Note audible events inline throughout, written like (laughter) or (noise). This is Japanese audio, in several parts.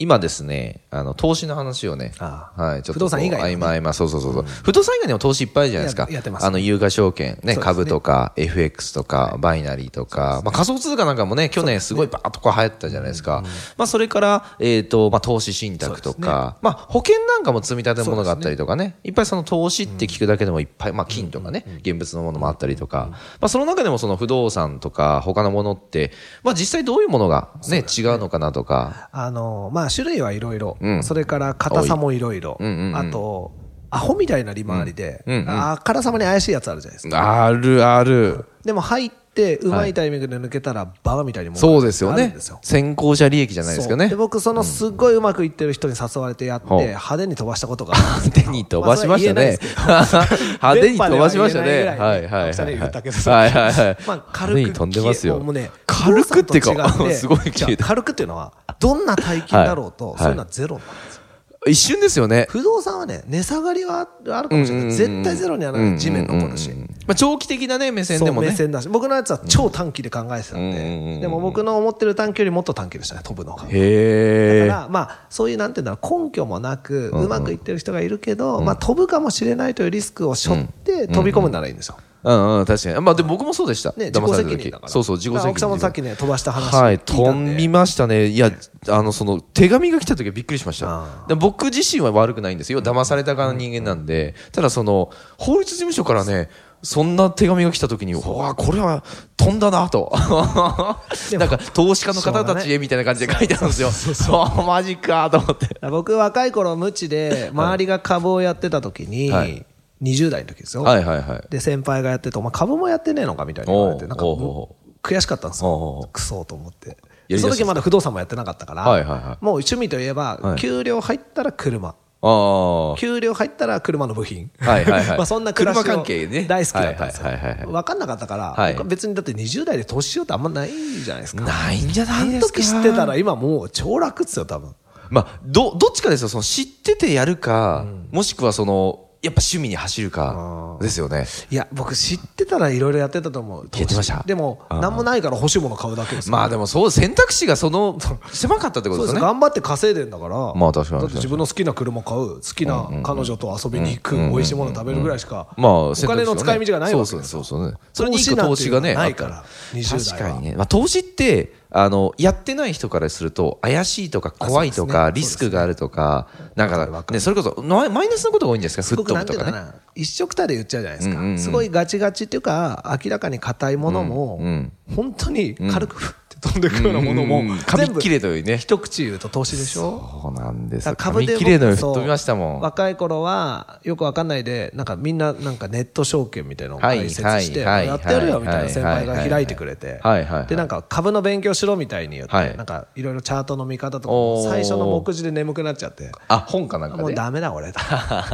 今ですね、あの、投資の話をね、ああはい、ちょっとこう。不動産以外のね今、今、そうそうそうそう。不動産以外にも投資いっぱいあるじゃないですか。ややってますあの、有価証券、ね、ね株とか、FX とか、バイナリーとか、まあ、仮想通貨なんかもね、去年すごいバーッとこう流行ったじゃないですか。まあ、それから、えっと、まあ、投資信託とそうでか、まあ、保険なんかも積み立てものがあったりとかね、いっぱいその投資って聞くだけでもいっぱい、まあ、金とかね、現物のものもあったりとか、まあ、その中でもその不動産とか、他のものって、まあ、実際どういうものがね、違うのかなとか、あの、まあ、種類はいろいろうん。それから、硬さもいろいろ多いうんうんう。んあと、アホみたいな利回りで、うんうんあからさまに怪しいやつあるじゃないですか。あるある。でも入って、うまいタイミングで抜けたら、バカみたいにもそうですよあるんね。先行者利益じゃないですかそうねで。僕、そのすっごいうまくいってる人に誘われてやって、ほう派手に飛ばしたことがあるんです (laughs) けど手に飛ばしましたまあね。 (laughs) 派手に飛ばしましたね。はいはいはい。それは言えないぐらいね青木さんに言ったけどはさいはいはい。まあ、軽く手に飛んでますよ。もうね、軽くって不動産と違 (laughs) か、すごいじゃ消えあた。軽くっていうのは、どんな大金だろうと、はいそういうのはゼロなんですよ。一瞬ですよね。不動産はね、値下がりはあるかもしれない。絶対ゼロにはなうんうんうい。ん地面残るし。まあ長期的なね、目線そでう、もね目。線だし。僕のやつは超短期で考えてたんうんうんうんで。でも僕の思ってる短期よりもっと短期でしたね、飛ぶのが。へだかー。ら、まあ、そういう、なんていうんだろう、根拠もなく、うまくいってる人がいるけど、まあ、飛ぶかもしれないというリスクを背負って、飛び込むならいいんですよ。うんうん、確かに。まあでも僕もそうでした。ね、自騙己された責時任だから。そうそう、自己責任。奥さんもさっきね、飛ばした話はい、聞い飛たんで。びましたね。いや、あの、その、手紙が来た時はびっくりしましたあ。で僕自身は悪くないんですよ。騙された側の人間なんで。ただ、その、法律事務所からね、そんな手紙が来た時に、うわあ、これは飛んだなと。なんか、投資家の方たちへみたいな感じで書いてあるんですよ。そう、マジかと思って。僕若い頃無知で周りが株をやってた時に、はい20代の時ですよ、はいはいはい。で先輩がやっててお前株もやってねえのかみたいに言われおてうなんかおうお悔しかったんですおうおうよクソと思ってやりだしたその時まだ不動産もやってなかったから、はいはいはいもう趣味といえはばい給料入ったら車、ああ。給料入ったら車の部品、はいはいはい (laughs) まあそんな暮らしを車関係ね大好きだったんですよ、はいはいはいはい分かんなかったから、はい僕は別にだって20代で投資しようってあんまないじゃないですかないんじゃあないのですか。時知ってたら今もう超楽っすよ多分まあ、ど、どっちかですよ。その知っててやるか、もしくはその、やっぱ趣味に走るか、ですよね。いや、僕知ってたらいろいろやってたと思う。やってましたでも、うん何もないから欲しいもの買うだけです。まあでもそう、選択肢がその、狭かったってことそでうですよす。ね。頑張って稼いでんだから。まあ確かにだって自分の好きな車買う、好きな彼女と遊びに行く、美味しいもの食べるぐらいしか、まあ、お金の使い道がないわけそうでそすうよ。そうそうね。それに一個投資がね、あ投資なんていうのはないったから確20代はかにね。まあ投資って、あの、やってない人からすると、怪しいとか怖いとあか、そうでリすスねクがあるとか、なんわかるわかかね、それこそ、マイマイナスのことが多いんですかす吹ごっく飛ぶなんとていうかかね。な、一色たで言っちゃうじゃないですうんうんうんか。すごいガチガチっていうか、明らかに硬いものもうんうん、本当に軽くふって飛んでくようなものもうん、全紙部切れというね。一口言うと投資でしょそうなんですだよ。から紙株で切れのように吹そっう飛びましたもん。若い頃はよくわかんないでなんかみんななんかネット証券みたいなのをはい解説してはいやってやるはよいみたいな先輩が開いてくれてはいはいはいでなんか株の勉強しろみたいに言っはいてなんかいろいろチャートの見方とかおもー最初の目次で眠くなっちゃってあ、本かなんかもうね。ダメだ俺と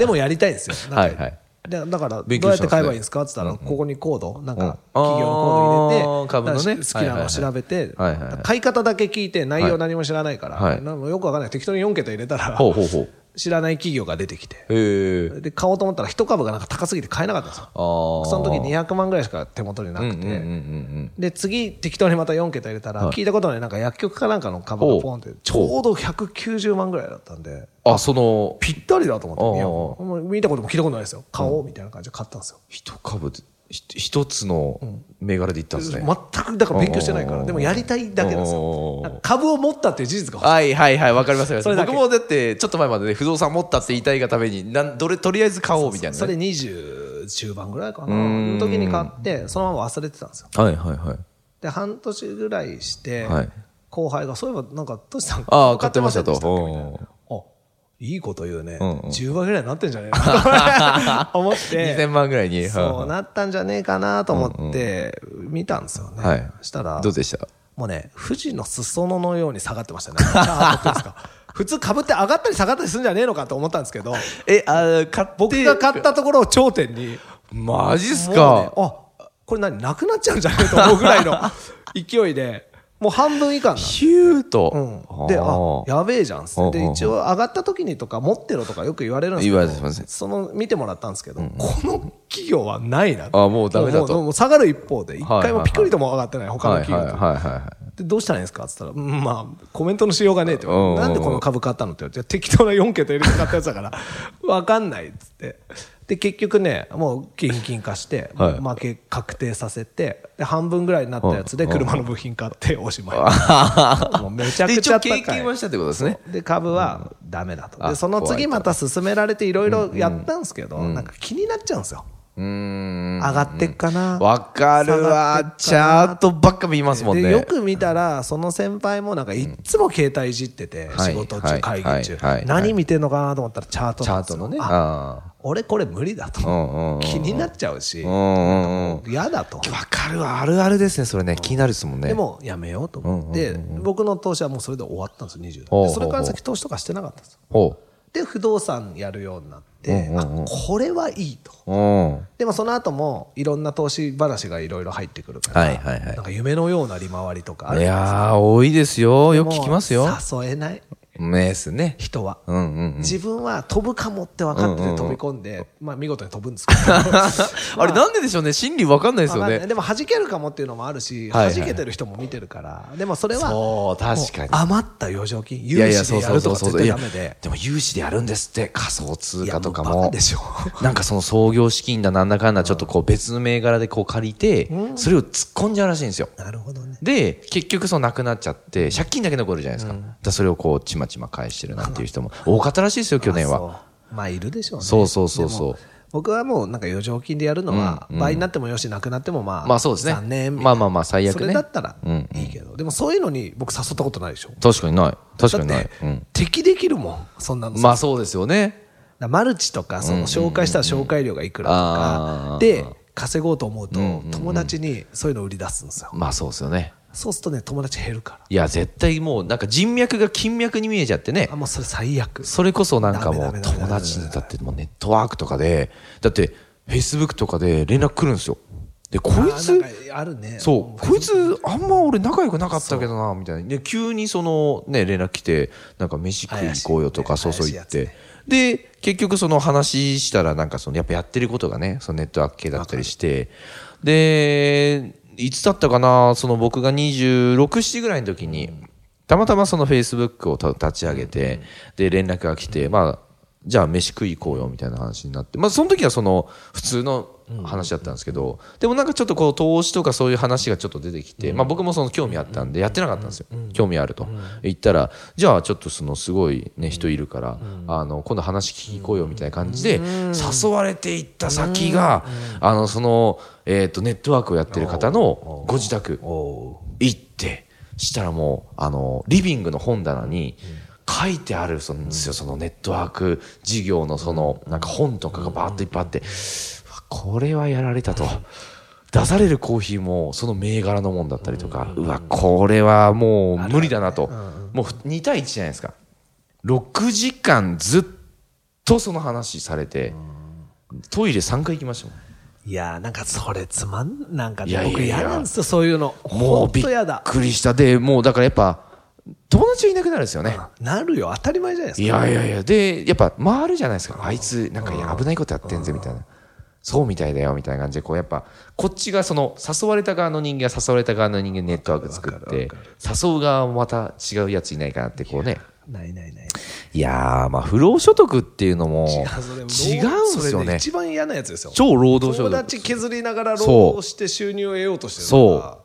でもやりたいんですよなんかはいはいでだからど勉う強やっしたんですねて買えばいいんですかって言ったらここにコードなんかうん企業のコーあード入れて株のねだから好きなのを調べてはいはいはいはいはい買い方だけ聞いて内容何も知らないからはいなんかよくわかんない適当に4桁入れたらほうほうほう。知らない企業が出てきて、へえ。で買おうと思ったら、一株がなんか高すぎて買えなかったんですよ、あーその時200万ぐらいしか手元になくて、うんうんうんで次、適当にまた4桁入れたら、聞いたことないなんか薬局かなんかの株ほうがポンって、ちょうど190万ぐらいだったんで、うん。あ、その、ぴったりだとあ思あって、いやもう見たことも聞いたことないですよ、買おうみたいな感じで買ったんですよ。一株で、ひ一つの銘柄でいったんですね。全くだから勉強してないかおうおうおら、うでもやりたいだけなんですおうおうおよう。なんか株を持ったっていう事実が欲しいはいはいはい、わかりますよそれだけ僕もだって、ちょっと前までね、不動産持ったって言いたいがために、なんどれ、とりあえず買おうみたいなね。それ20中盤ぐらいかな、の時に買って、そのまま忘れてたんですよ。はいはいはい。で半年ぐらいして、はい後輩がそういえばなんかトシさんああ買ってましたと買ってませんでしたっけみたいなあいいこと言うね、うんうん10倍ぐらいになってんじゃねえ (laughs) かと思っ2000て万ぐらいに。そうはなったんじゃねえかなと思って見たんですよね、いはい。したらどうでしたもうね富士の裾野のように下がってましたねあ本当ですか普通株って上がったり下がったりするんじゃねえのかと思ったんですけどえ、あー、買って僕が買ったところを頂点にマジっすもか。うねあこれ何なくなっちゃうんじゃないと思うぐら (laughs) いの勢いでもう半分以下になるヒューと。うん、で、あーやべえじゃんっつってうんでうんうん一応上がった時にとか持ってろとかよく言われるんですけど言われてますその見てもらったんですけど、この企業はないなあもうダメだともうもう下がる一方で一はいはい回もピクリとも上がってない他のはいはい企業と、はいはでどうしたらいいんですかっつったら、うんまあ、コメントのしようがねえって、うんうんうんなんでこの株買ったのって言われて、適当な4桁入れて買ったやつだから、 (laughs) わかんないっつって。で、結局ね、もう、現金化して、はい負け確定させて、で、半分ぐらいになったやつで、うんうん車の部品買っておしまい。 (laughs) もうめちい。ゃで、く一ちゃ応高い経験はしたってことですね。で、株はダメだと。あで、その次怖まいからた進められて、いろいろやったんですけど、なんか気になっちゃうんですよ。うーん。上がってっかな。わかる下がってっかわな。チャートばっか見ますもんね。でよく見たら、その先輩もなんかいっつも携帯いじってて、はい仕事は中、い会は議い中はい、何見てんのかなと思ったら、チャートチなャんーですトよのね。ああ俺、これ無理だーうんうんうんと、気になっちゃうしう、んうんうん。嫌だと、わかるわ。あるあるですね、それね。気になるですもんね。でもやめようと思って、僕の投資はもうそれで終わったんですよ、20ほうほうほ代で。うそれから先、投資とかしてなかったんですよ。ほで、不動産やるようになってう、んあうんうんこれはいいと。う。うん。でもその後もいろんな投資話がいろいろ入ってくるから、はいはいはいなんか夢のような利回りとかあるいじゃないやー、多いですよ。よでくすか聞きますよ。もう誘えないねですね。人は、うんうんうん。自分は飛ぶかもって分かってて飛び込んで、まあ見事に飛ぶんですけ (laughs) あれなんででしょうね。心理わかんないですど、よまあね。でも弾けるかもっていうのもあるし、はいはい弾けてる人も見てるからでもそれはそう確かにもう余った余剰金い融やいや、資そでうやそうるとそうそうそか絶う。対いやダメで、でも融資でやるんですって、仮想通貨とかいやもうバもカでしょ。なんかその創業資金だなんだかんだ、ちょっとこう別の銘柄でこう借りて、それを突っ込んじゃうらしいんですよ。なるほどねで、結局そのなくなっちゃって、借金だけ残るじゃないですか。だからそれをこう、ちまちま返してるなんていう (laughs) 人も多かったらしいですよ、去年は。あそうまあいるでしょうねそうそうそうそうでも僕はもうなんか余剰金でやるのは倍になってもよしなくなってもまあまあそうですね残念みたいなまあまあまあ最悪ねそれだったらうんいいけどでもそういうのに僕誘ったことないでしょ確かにない。確かになだいっ。うてん。敵できるもんそんなのまあそうですよね。だマルチとかその紹介したら紹介料がいくらとあーかで稼ごうと思うと友達にそういうの売り出すんですよまあそうですよね。そうするとね友達減るからいや、絶対もうなんか人脈が金脈に見えちゃってねあ。もうそれ最悪それこそなんかもダうメダメダメ友達にだってもうネットワークとかで、だってフェイスブックとかで連絡来るんですよ。で、こいあーつなん、かあるねそう、こいつあんま俺仲良くなかったけどな、みたいな。で、急にそのね、連絡来て、なんか飯食い行こうよとか、怪しいそねうそう言っ怪しいて。で、結局その話したら、なんかその、やっぱやってることがね、そのネットワーク系だったりして。で、いつだったかな、その僕が26、7ぐらいの時に、たまたまその Facebook をた立ち上げて、で、連絡が来て、まあ、じゃあ飯食い行こうよみたいな話になって、まあ、その時はその普通の話だったんですけど、でもなんかちょっとこう投資とかそういう話がちょっと出てきて、まあ、僕もその興味あったんでやってなかったんですよ、興味あると、言ったらじゃあちょっとそのすごい、ね、人いるから、あの今度話聞き行こうよみたいな感じで、誘われていった先が、あのその、えー、とネットワークをやってる方のご自宅行ってしたらもうあのリビングの本棚に書いてあるそのですよそのネットワーク事業のそのなんか本とかがバーッといっぱいあってうわこれはやられたと。出されるコーヒーもその銘柄のもんだったりとか、うわ、これはもう無理だなと。もう2対1じゃないですか。6時間ずっとその話されて、トイレ3回行きましたもん。いやーなんかそれつまんなんかいやねいやいや僕嫌なんですよそういうのもうびっほんと嫌だくりした。で、もうだからやっぱ、友達はいなくなるんですよね。なるよ当たり前じゃないですいかやいやいや、で、やっぱ回るじゃないですか。あいつ、なんか危ないことやってんぜ、みたいな。そうみたいだよ、みたいな感じで、こう、やっぱ、こっちがその、誘われた側の人間は誘われた側の人間ネットワーク作って、誘う側もまた違うやついないかなって、こうね。ないないないいやー、まあ、不労所得っていうのも、違あそれうんですそよれねね。一番嫌なやつですよ超労働所友得。達削りながらそう労働して収入を得ようとしてるからそ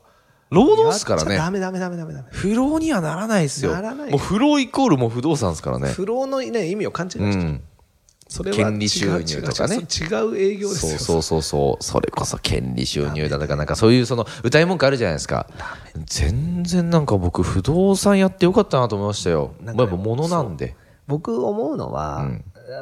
う。労働ですからやっちゃね。ダメダメダメダメダメ不労にはならないですよ。ならないもう不労イコールもう不動産ですからね。不労のね意味を勘違いしてうる、ん。それは権利収入違う違うとかね違うそれ違う営業ですよそうそうそうそうそれこそ権利収入だとかなんかそういうその歌い文句あるじゃないですか全然なんか僕不動産やってよかったなと思いましたよなんまかあやねっぱ物なんで僕思うのは、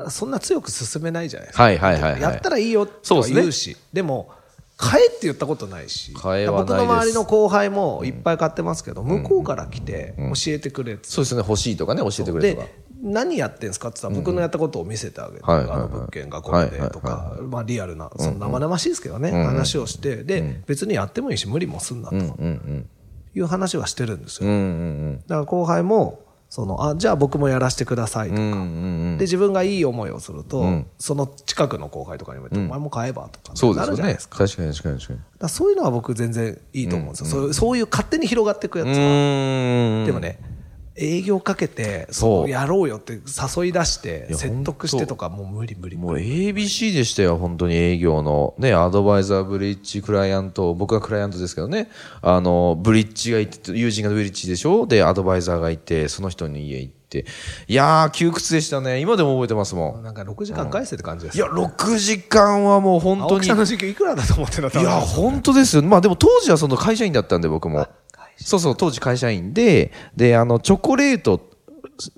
そんな強く進めないじゃないですか、はいはいはいはいやったらいいよってそうはですね言うしでも買えって言ったことないし買えはないです僕の周りの後輩もいっぱい買ってますけど、向こうから来て教えてくれって、そうですね欲しいとかね教えてくれでとか何やってんですかって言ったら僕のやったことを見せてあげて、はいはいはいあの物件がこれでとか、はいはいまあ、リアルなその生々しいですけどね、話をしてで、別にやってもいいし無理もすんなとうんいう話はしてるんですうんうよ、んうんだから後輩もそのあじゃあ僕もやらせてくださいとか、うんうんうんうんで自分がいい思いをすると、んその近くの後輩とかにも言って、お前も買えばとかそうでなするよじゃないねですか確かに確かに確かにだからそういうのは僕全然いいと思うんですよ、そうそういう勝手に広がっていくやつうーんでもね、営業かけて、そうそうやろうよって誘い出して、や説得してとか、もう無理無理。もう ABC でしたよ、本当に営業の、ね、アドバイザー、ブリッジ、クライアント、僕はクライアントですけどね、あのブリッジがいて、友人がブリッジでしょ、で、アドバイザーがいて、その人の家行って、いやー、窮屈でしたね、今でも覚えてますもん。なんか6時間返せって感じですいよ。や、6時間はもう本青当木に、さんの時給いくらだと思ってたいや、本当ですよ、まあでも当時はその会社員だったんで、僕も。そうそう、当時会社員で、で、あの、チョコレート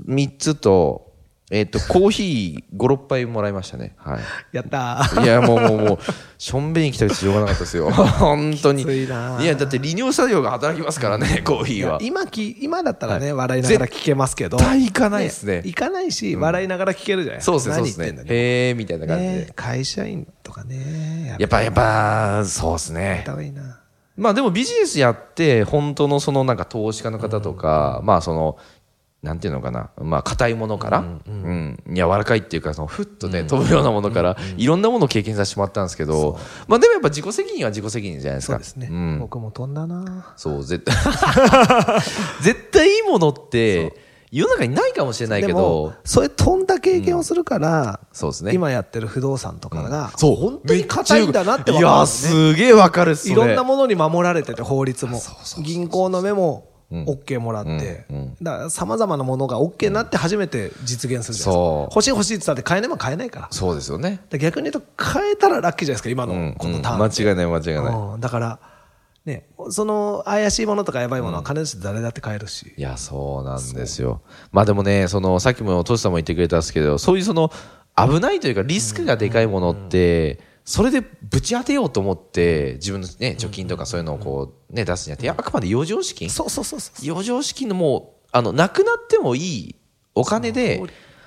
3つと、えっ、と、コーヒー5、6杯もらいましたね。はい。やったー。いやもうもうもうしょんべんに来たくてしょうがなかったです (laughs) よ本当にきついなあやだって利尿作業が働きますから (laughs) ねコーヒーは今き、今だったらね、はい笑いながら聞けますけど。絶対行かないですね行かないし、笑いながら聞けるじゃないそうですねそうで何言っすてんだねね。へえみたいな感じねで会社員とかね、やっぱやっぱそうですやっねた方がいいな。まあでもビジネスやって本当のそのなんか投資家の方とかまあそのなんていうのかなまあ硬いものからうん柔らかいっていうかそのふっとね飛ぶようなものからいろんなものを経験させてもらったんですけどまあでもやっぱ自己責任は自己責任じゃないですそうかですね。うん僕も飛んだな。そう、絶 (laughs) 対、絶対いいものって、世の中にないかもしれないでけもど、、それ飛んだ経験をするから、そうですね。今やってる不動産とかが、そう、本当に硬いんだなってい分かるんや、ですね。すげえわかるっすいろんなものに守られてて、法律も。銀行の目も、ん OK もらってうんうん。だから、様々なものが OK になって初めて実現するじゃないそうですか。欲しい欲しいって言ったって買えないもん買えないから。だかそうですよね。ら逆に言うと、買えたらラッキーじゃないですか、今うんの、このターン。間違いない、間違いない。うんだから、ね、その怪しいものとかやばいものは金出して誰だって買えるし。いや、そうなんですよ。まあでもね、その、さっきもトシさんも言ってくれたんですけど、そういうその、危ないというか、リスクがでかいものって、それでぶち当てようと思って、自分のね、貯金とかそういうのをこう、ね、出すんじゃなくて、あくまで余剰資金そうそうそうそう。余剰資金のもうあのなくなってもいいお金で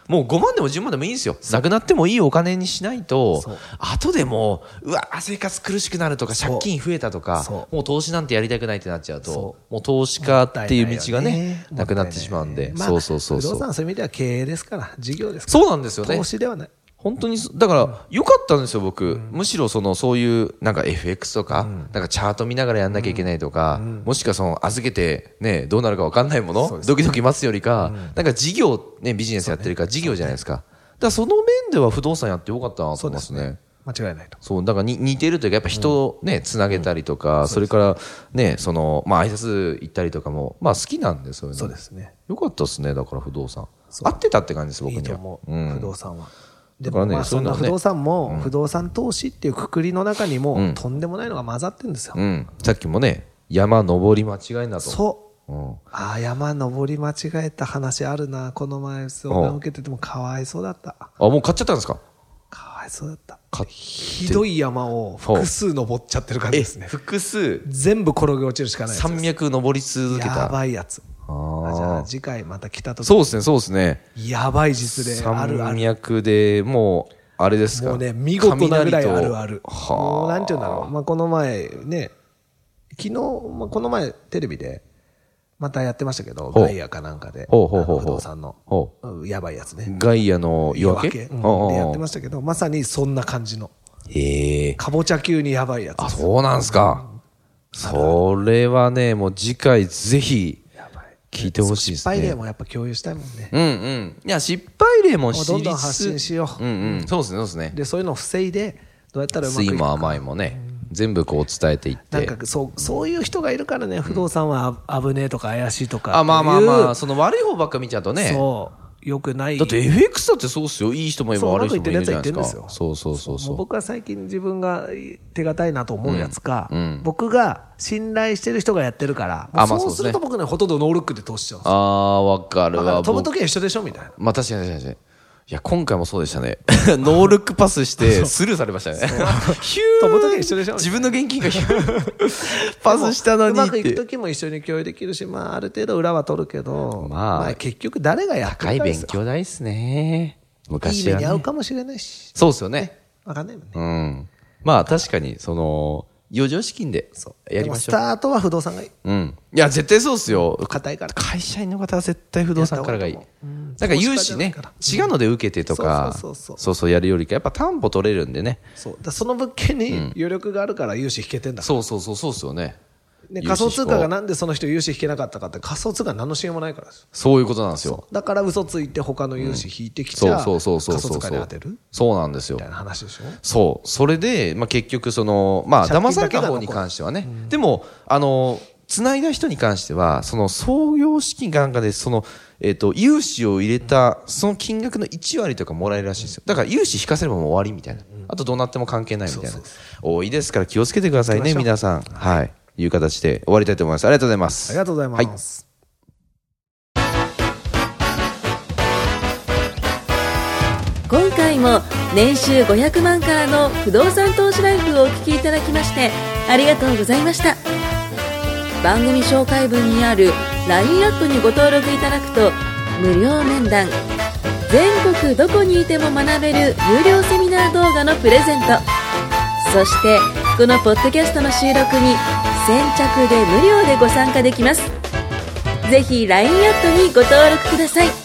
もう5万でも10万でもいいんですよなくなってもいいお金にしないとそう後でもううわ生活苦しくなるとかそう借金増えたとそかもう投資なんてやりたくないってなっちゃうとそもう投資家っていう道がもったいないよねなくなってしまうんでもったいないそうそうそうまあそ不動産うはそういう意味では経営ですから、事業ですかそうなんですよら、ね投資ではない。本当にそだから良かったんですよ僕むしろそのそういうなんか FX とかなんかチャート見ながらやんなきゃいけないとかもしくはその預けてねどうなるか分かんないものドキドキ待つよりかなんか事業ねビジネスやってるから事業じゃないですかだからその面では不動産やってよかったなと思いますね。間違いないと。そうだからに似てるというかやっぱ人をねつなげたりとかそれからねそのまあ挨拶行ったりとかもまあ好きなんでそういうのそうですね。よかったですねだから不動産合ってたって感じです僕いいにとは思う、うん不動産は。だでからもねまあそういそうんのなはね不動産も、不動産投資っていうくくりの中にうもん、とんでもないのが混ざってるんですよう。ん、さっきもね山登り間違いなと、そうん、う。ああ、山登り間違えた話あるな。この前、相談受けててもかわいそうだった。あもう買っちゃったんですかかわいそうだった。買っひどい山を複数登っちゃってる感じですね。複数全部転げ落ちるしかないやつ山脈登り続けやたばいやつ。ああじゃあー次回また来た時そうですねそうですねやばい実例あるあ山る脈でもうあれですかもうね、見事なぐらいあるあ雷る。ともうはなんていうんだろう。まあ、この前ね、昨日、まあ、この前テレビで、またやってましたけど、ほうガイアかなんかで、ほうほうほうほうあの不動産のほ、うんやばいやつあね。ガイアの夜明け夜おうおううん、でやってましたけど、まさにそんな感じの、ええかぼちゃ級にやばいやつあです。そうなんすかそれはねもう次回ぜひやばい。聞いてほしいです失敗例ねもやっぱ共有したいもんね。うんうんいや失敗例も知りつつもうどんどん発信しようんうんそうですねそうですねで、そういうのを防いで、どうやったらうまくい酸いくもか。甘いもね、全部こう伝えていっなんて。かそうそういう人がいるからね、不動産はあ危ねえとか怪しいとかあ、まあまあまいあ、その悪い方ばっか見ちゃうとね。そう、よくない。だって FX だってそうっすよ。いい人もいればそう悪い人もいるじゃないですか。うまくいってるやつはいてるんですそうそうそうもうそ僕は最近自分が手堅いなと思うやつか、うんうん僕が信頼してる人がやってるから、もあうまあそうするそとう僕ね、ほとんどノールックで投資しちゃうんう。ああ、わかるですよ。わ。飛ぶ僕時は一緒でしょみたいな。まあ確かに確かに。いや、今回もそうでしたね。ノールックパスして、スルーされましたね。ヒュー飛ぶ時一緒でしょ自分の現金がヒューパスしたのうにまっくいくて。時も一緒に共有できるし、まあ、ある程度裏は取るけど、まあ結局誰が役高い立勉つか強代ですね。いい昔目は、に遭うね。かもしれないし、そうですよね。わかんないもんね。うん。まあ確かに、その、余剰資金でやりましょうでも。スタートは不動産がいいうん。いや、絶対そうっすよ。硬いから。会社員の方は絶対不動産からがいいやった方がいいと思ううん。なんか融資ね投資家じゃ違ない、うので受けてとか、そうそうそうそうそうそうやるよりか、やっぱ担保取れるんでね。そうだその物件に余力があるから融資引けてんだから、そうそうそう、そうっすよね。融ね、資仮想通貨がなんでその人融資引けなかったかって仮想通貨何の支援もないからですよそういうことなんですよ。だから嘘ついて他の融資引いてきちそゃ、うそうそうそう仮想そ通う貨そに当うてる。そうなんですよみた。いな話でしょそう。それで、まあ、結局、その、まあ、借金騙された方に関してはね。でも、あの、繋いだ人に関しては、その創業資金かなんかで、その、えっ、と、融資を入れた、その金額の1割とかもらえるらしいんですよ。だから、融資引かせればもう終わりみたいな。あと、どうなっても関係ないみたいな。多いですから、気をつけてくださいね、行きましょ皆さん。はい。いう形で終わりたいと思います。ありがとうございます。ありがとうございます、は今回も年収500万からの不動産投資ライフをお聞きいただきましてありがとうございました番組紹介文にある LINE アップにご登録いただくと無料面談全国どこにいても学べる有料セミナー動画のプレゼントそしてこのポッドキャストの収録に先着で無料でご参加できますぜひ LINE アットにご登録ください